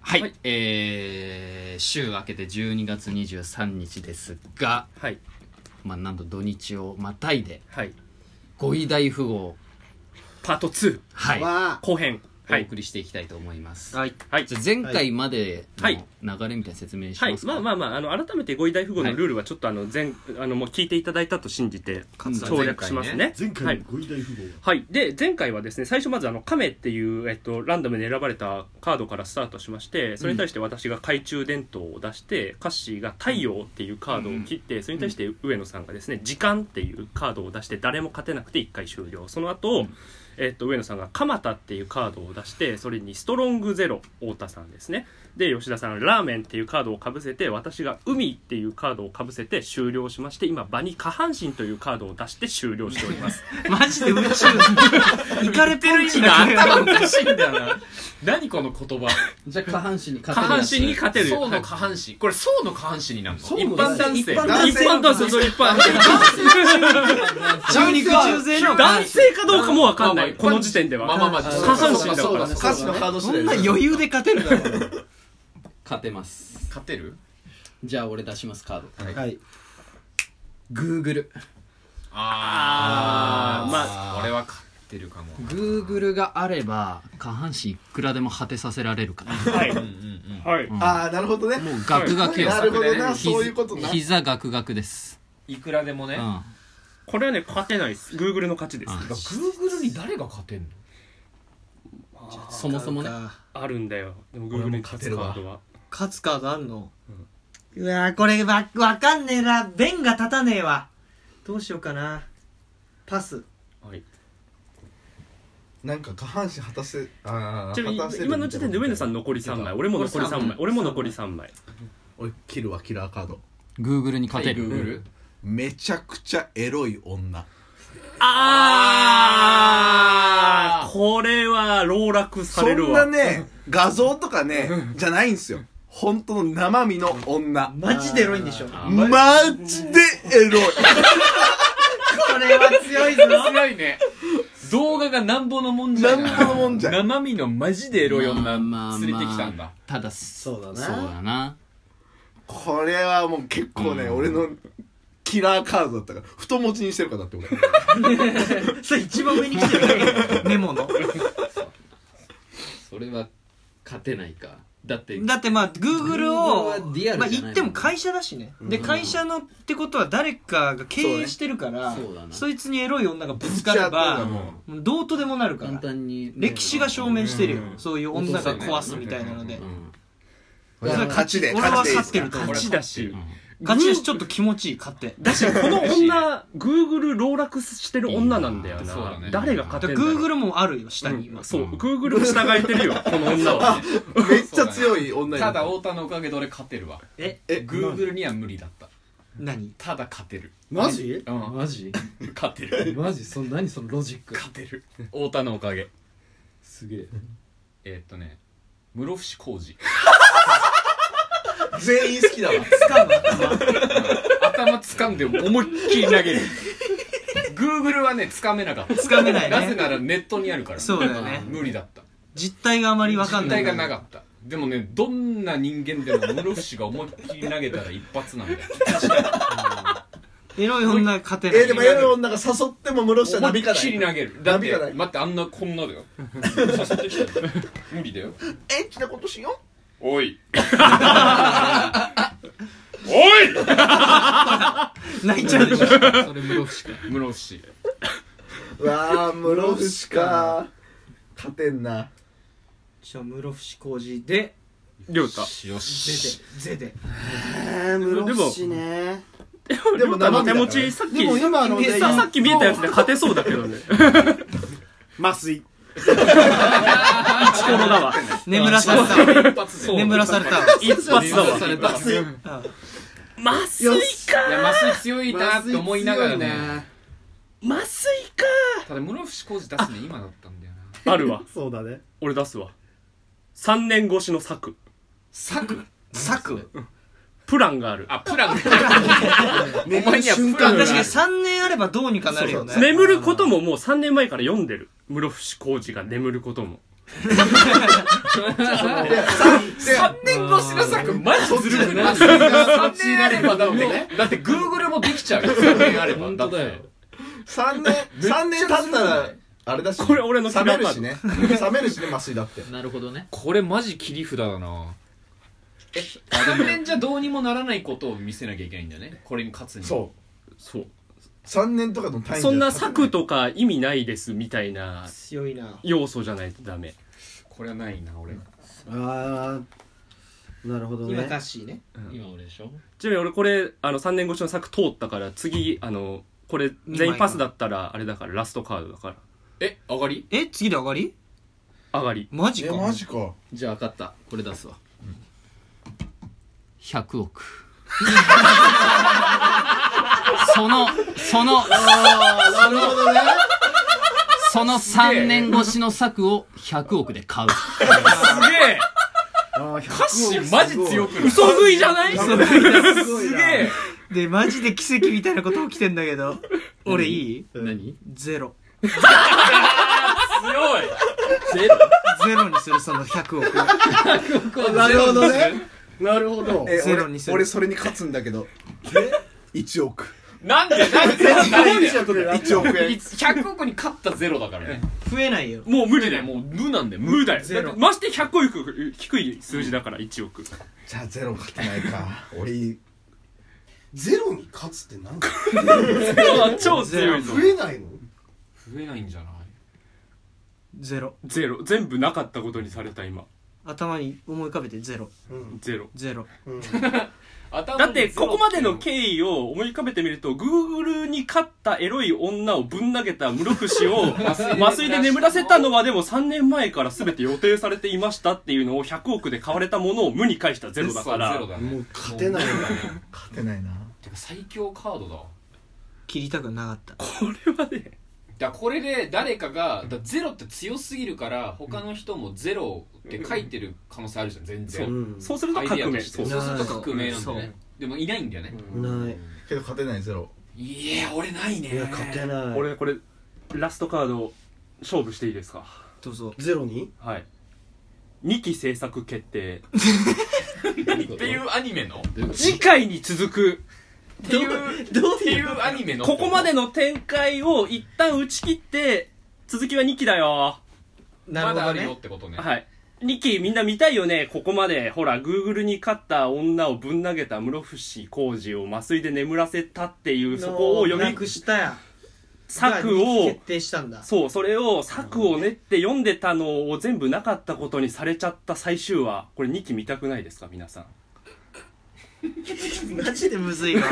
はい、はいえー週明けて12月23日ですが、はいまあ、なんと土日をまたいではい五位大富豪、パート2はいは後編はおい送りしていきたいと思います、はいはいじゃあ前回まではいの流れみたいな説明しはまいすか、まあまあまああの改めて五位大富豪のルールはちょっとあの前あのもう聞いていただいたと信じてうん省略しますね前は回いの五位大富豪はい、で前回はですね最初まずあの亀っていう、えっと、ランダムで選ばれたカードからスタートしましてそれに対して私が懐中電灯を出して、カッシーが太陽っていうカードを切って、それに対して上野さんがですね時間っていうカードを出して誰も勝てなくて1回終了その後、えっと上野さんが蒲田っていうカードを出してそれにストロングゼロ太田さんですねで吉田さんラーメンっていうカードをかぶせて私が海っていうカードをかぶせて終了しまして今場に下半身というカードを出して終了しております マジで宇宙 いかれてる意味が頭おかしいんだよな何この言葉じゃあ下半身に下半身に勝てる層の下半身これ層の下半身になるの層一の般男性一般男性一般男性そう一般中肉中背の男性かどうかもわかんなまあいまあこの時点ではまあまあまあ下半身だかそうらだね歌詞のハードそ次んな第だ余裕で勝てるだろ勝てます勝てるじゃあ俺出しますカードはいはいグーグルああーーま俺は勝ってるかもグーグルがあれば下半身いくらでも果てさせられるからはいうんうんはいああなるほどねもう額がけよなるほどな膝そういうことな膝額額ですうんいくらでもねうんこれはね勝てないです Google の勝ちですあグーグルに誰が勝てんのそもそもねあるんだよでも Google 俺にも勝勝つてカるわードは勝つカードあるの、うわーこれわわかんねえな弁が立たねえわどうしようかなパスはいなんか下半身果たせああちなみに今の時点で上野さん残り3枚俺も残り3枚俺も残り3枚俺キルはキラーカードグーグルに勝てる、グーグルめちゃくちゃエロい女あーこれは老落さそれるんなわね 画像とかねじゃないんすよ本当の生身の女マジでエロいんでしょこマジで エロいれは強いぞ強いね動画がなんぼのもんじゃなんぼのもんじゃ生身のマジでエロいまあまあま女あ連れてきたんだただそうだなそうだなこれはもう結構ね俺のキラーカードだったから太持ちにしてるからだって俺それ一番上に来てるメモのそれは勝てないかだってだってまあ Google を Google はリアルじゃまないもあ、ん言っても会社だしねで会社のってことは誰かが経営してるからそうだねそいつにエロい女がぶつかればどうとでもなるか簡ら単に歴史が証明してるようんそういう女が壊すみたいなのでうんだから勝ちで俺は勝ちでいいですか勝ってると思う勝ちだし勝ちだしちょっと気持ちいい勝ってだしこの女 Google 老落してる女なんだよそうだなね誰が勝てんだろう Google もあるよ下にいうんますそう、Google を従えて るよ、この女は。めっちゃ強い女にただ太田のおかげで俺勝てるわええグーグルには無理だった何ただ勝てるマジうんマジ勝てるマジその何そのロジック勝てる太田のおかげすげええーっとね室伏広治全員好きだわ頭掴んで思いっきり投げる Google はね掴めなかった掴めないねなぜならネットにあるからそうだよね無理だった実態があまりわかん実ない体がなかったでもねどんな人間でも室伏が思いっきり投げたら一発なんだよエロい女が勝てないえでもエロい女が誘っても室下な思びいっかなきりい投げるだっなびかなてい待ってあんなこんなだよ刺さってきたよ無理だよエッチなことしようおいおい泣いちゃうでしょそれ室伏か室伏わあ室伏か勝てんなじゃあ室伏浩二でりょうた。よしゼでえーも室伏ねでも、生手身だから持ち、さっでもき、今あのささっき見えたやつで勝てそうだけどね。 麻酔一コロだわ。眠らされた一発で眠らされたわ一発だわ。された麻酔麻酔かいや麻酔強いなって思いながらね麻酔ただ室伏工事出すね今だったんだよかなあるわ。そうだね俺出すわ。3年越しの策。策策プランがある。あプランお前にはプラン確がかあにる3年あればどうにかなるよね眠ることももう3年前から読んでる。室伏浩二が眠ることも。 3 3年越しの作マジずるくないそっちだ3年あればだっそってちだねだって Google もできちゃうよ3年あれば本当だよ3年三年経ったらあれだしこれ俺の冷めるしね冷めるしね麻酔だってなるほどねこれマジ切り札だなえ3年じゃどうにもならないことを見せなきゃいけないんだよねこれに勝つにそそうう3年とかの単位でそんな策とか意味ないですみたいな強いな要素じゃないとダメこれはないな俺ああなるほど今ねカッシーね今今俺でしょちなみに俺これあの3年越しの策通ったから次あのこれ枚全員パスだったらあれだからラストカードだからえ上がりえ次で上がり上がりマジえかマジかじゃあ分かったこれ出すわ100億 そのそのなるほどねその3年越しの策を100億で買うすげえ歌しマジ強くない嘘食いじゃないすげえでマジで奇跡みたいなこと起きてんだけど俺いい何ゼロ強いゼロゼロにするその100億なるほどねなるほどえゼロにす俺る俺それに勝つんだけど1億なんでなんでなんで1億円100億に勝ったゼロだからね増えないよもう無理だねよもう無なんだよ無だよゼロだってまして100個いく低い数字だから1億 じゃあゼロ勝てないか俺ゼロに勝つってなんか超強いぞ増えないの増えないんじゃないゼロゼロ全部なかったことにされた今頭に思い浮かべてゼロうんゼロゼロうんだってここまでの経緯を思い浮かべてみると Google に勝ったエロい女をぶん投げた室伏 を麻酔で眠らせたのはでも3年前から全て予定されていましたっていうのを100億で買われたものを無に返したゼロだからゼロだねもう勝てないもう無理だね勝てないなてか最強カードだわ切りたくなかったこれはねだからこれで誰かがだからゼロって強すぎるから他の人もゼロって書いてる可能性あるじゃん全う然そうするとアイデア革と命してそうそうすると革命なんだそうねでもいないんだよねないけど勝てないゼロいや俺ないねいや勝てない俺これラストカード勝負していいですかどうぞゼロにはい2期制作決定っていうアニメの次回に続くっていうっていうアニメのここまでの展開を一旦打ち切って続きは2期だよなまるだほどあるよねってことねはい。ニキみんな見たいよね。ここまで、ほら、Google に勝った女をぶん投げた室伏浩二を麻酔で眠らせたっていう、そこを読なみく、したや策がを決、定したんだそう、それを策を練って読んでたのを全部なかったことにされちゃった最終話、これ2期見たくないですか、皆さん。マジでむずいわ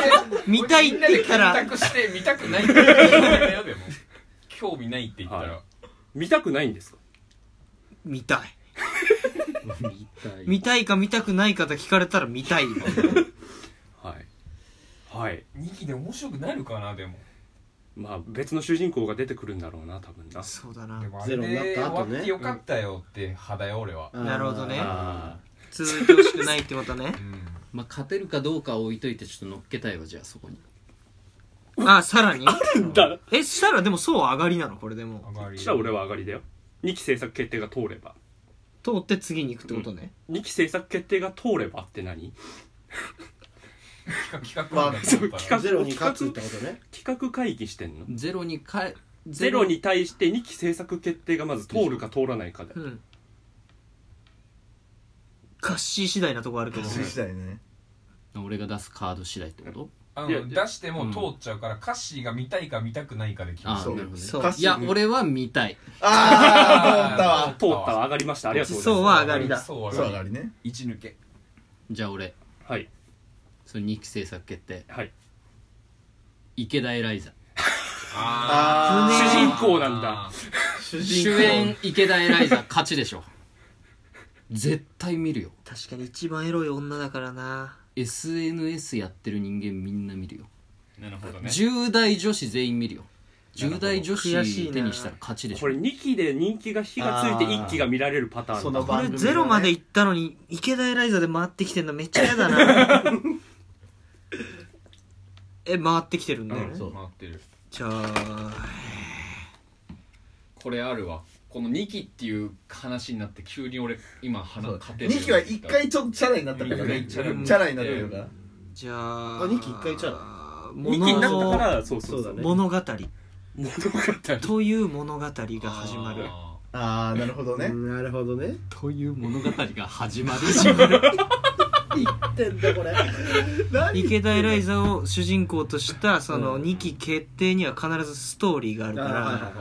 見たいって言ったみんなでら検索して見たくないって言ったらでも興味ないって言ったら、は見たくないんですか見たい見たいか見たくないかと聞かれたら見たいよはい。はい。二2期で面白くなるかなでもまあ、別の主人公が出てくるんだろうな、多分な。そうだなでもあゼれロになでっ終たわ後ねってよかったよって派だよ俺は、なるほどねあ続いてほしくないってことねまあ勝てるかどうかは置いといてちょっと乗っけたいわじゃあそこにあさらにあ。だ、えしたらでもそうは上がりなのこれでもあまりそしたら俺は上がりだよ。2期制作決定が通れば。通って次に行くってことね、 2期制作決定が通ればって何企画企画なん だそう企画ゼロに勝つってことね企画会議してんのゼロにかえゼロに対して2期制作決定がまず通るか通らないかでうん。カッシー次第なとこあるけど。勝ち次第ね俺が出すカード次第ってことあいやの出しても通っちゃうから、カッシーが見たいか見たくないかで決めああるそうなるほどねそう歌詞いや俺は見たいあー通ったは上がりましたありがとうございそうまは上がりだ。そうあはそう上上ががりりね一抜けじゃあ俺すはいその2期制作決定はい池田エライ ザあ主ー人公なんだ主主演池田エライザ勝ちでしょ絶対見るよ確かに一番エロい女だからな。 SNS やってる人間みんな見るよなるほどね10代女子全員見るよ10代女悔しい子な手にしたら勝ちでしこょれ2期で人気が火がついて1期が見られるパターンだそのこ番れ組ゼロまで行ったのに、池田エライザで回ってきてんのめっちゃ嫌だな。え、回ってきてるんだよね。そう回ってるじゃあ、これあるわこの2期っていう話になって急に俺今鼻そう勝て二期は一回ちょっとチャラになったからね二期チチャラになったャラになってるからじゃああ二期一回ちゃう二期になったからそうそそううそだうね物物語語という物語が始まるあああなるほどねなるほどねという物語が始 まる言ってんだこれ 池田エライザを主人公としたその2期決定には必ずストーリーがあるかまら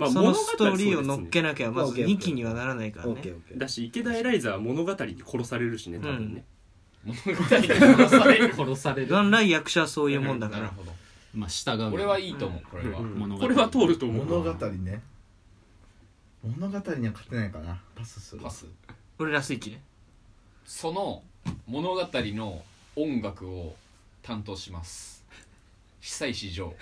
あそのストーリーを乗っけけなきゃまずオッケー2期にはならないからオッケねーオッケーだし池田エライザは物語に殺されるしね多分ね、殺さ れる殺される元来役者はそういうもんだかなるらほどまあ従う俺はいいと思うこれは、うん物語これは通ると思う物語ね物語には勝てないかなパスするパス俺らスイッチねその物語の音楽を担当します久石譲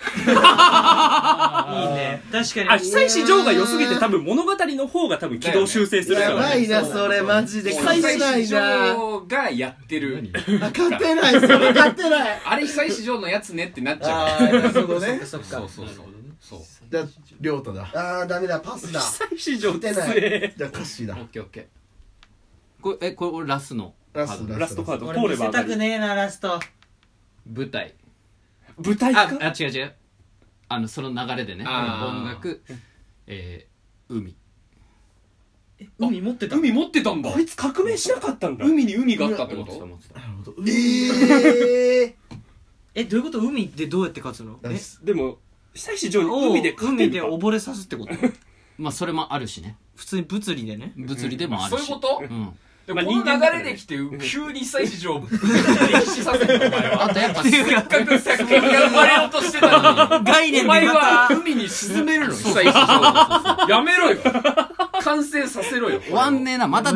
いいね確かにあ久石譲が良すぎて多分物語の方が多分軌道修正するから、やねばいなそれマジで返せな久い石な譲がやってる勝てないそれ勝てないあれ久石譲のやつねってなっちゃああなるほどねそっうそうそうそうそうじゃあ亮太だあーダメだパスだ久石譲って勝強いじゃあカッシーだオッケーオッケこれえこれ俺ラスのラストラストカード俺通見ればせ上がたくるねえなラスト舞台舞台あかあ違う違うあのその流れでねあー音楽、えー、海海持ってー海持ってたんだこいつ革命しなかったんだ海に海があったってこ持ってたと持ってたなるほどえええどういうこと海ってどうやって勝つのナイスでも久石譲におう海で勝て海るでか溺れさすっ てことまあそれもあるしね普通に物理でね物理でもあるそうし、いうことうん、でまあもこ人の間だから流ねれできて急に久石譲を歴史させるのお前は あとやっぱっていうかせっかく作品が生まれようとしてたのに概 念おで前まはた海に 沈めるの久石譲やめろよ完成させろよ終わんねえなまた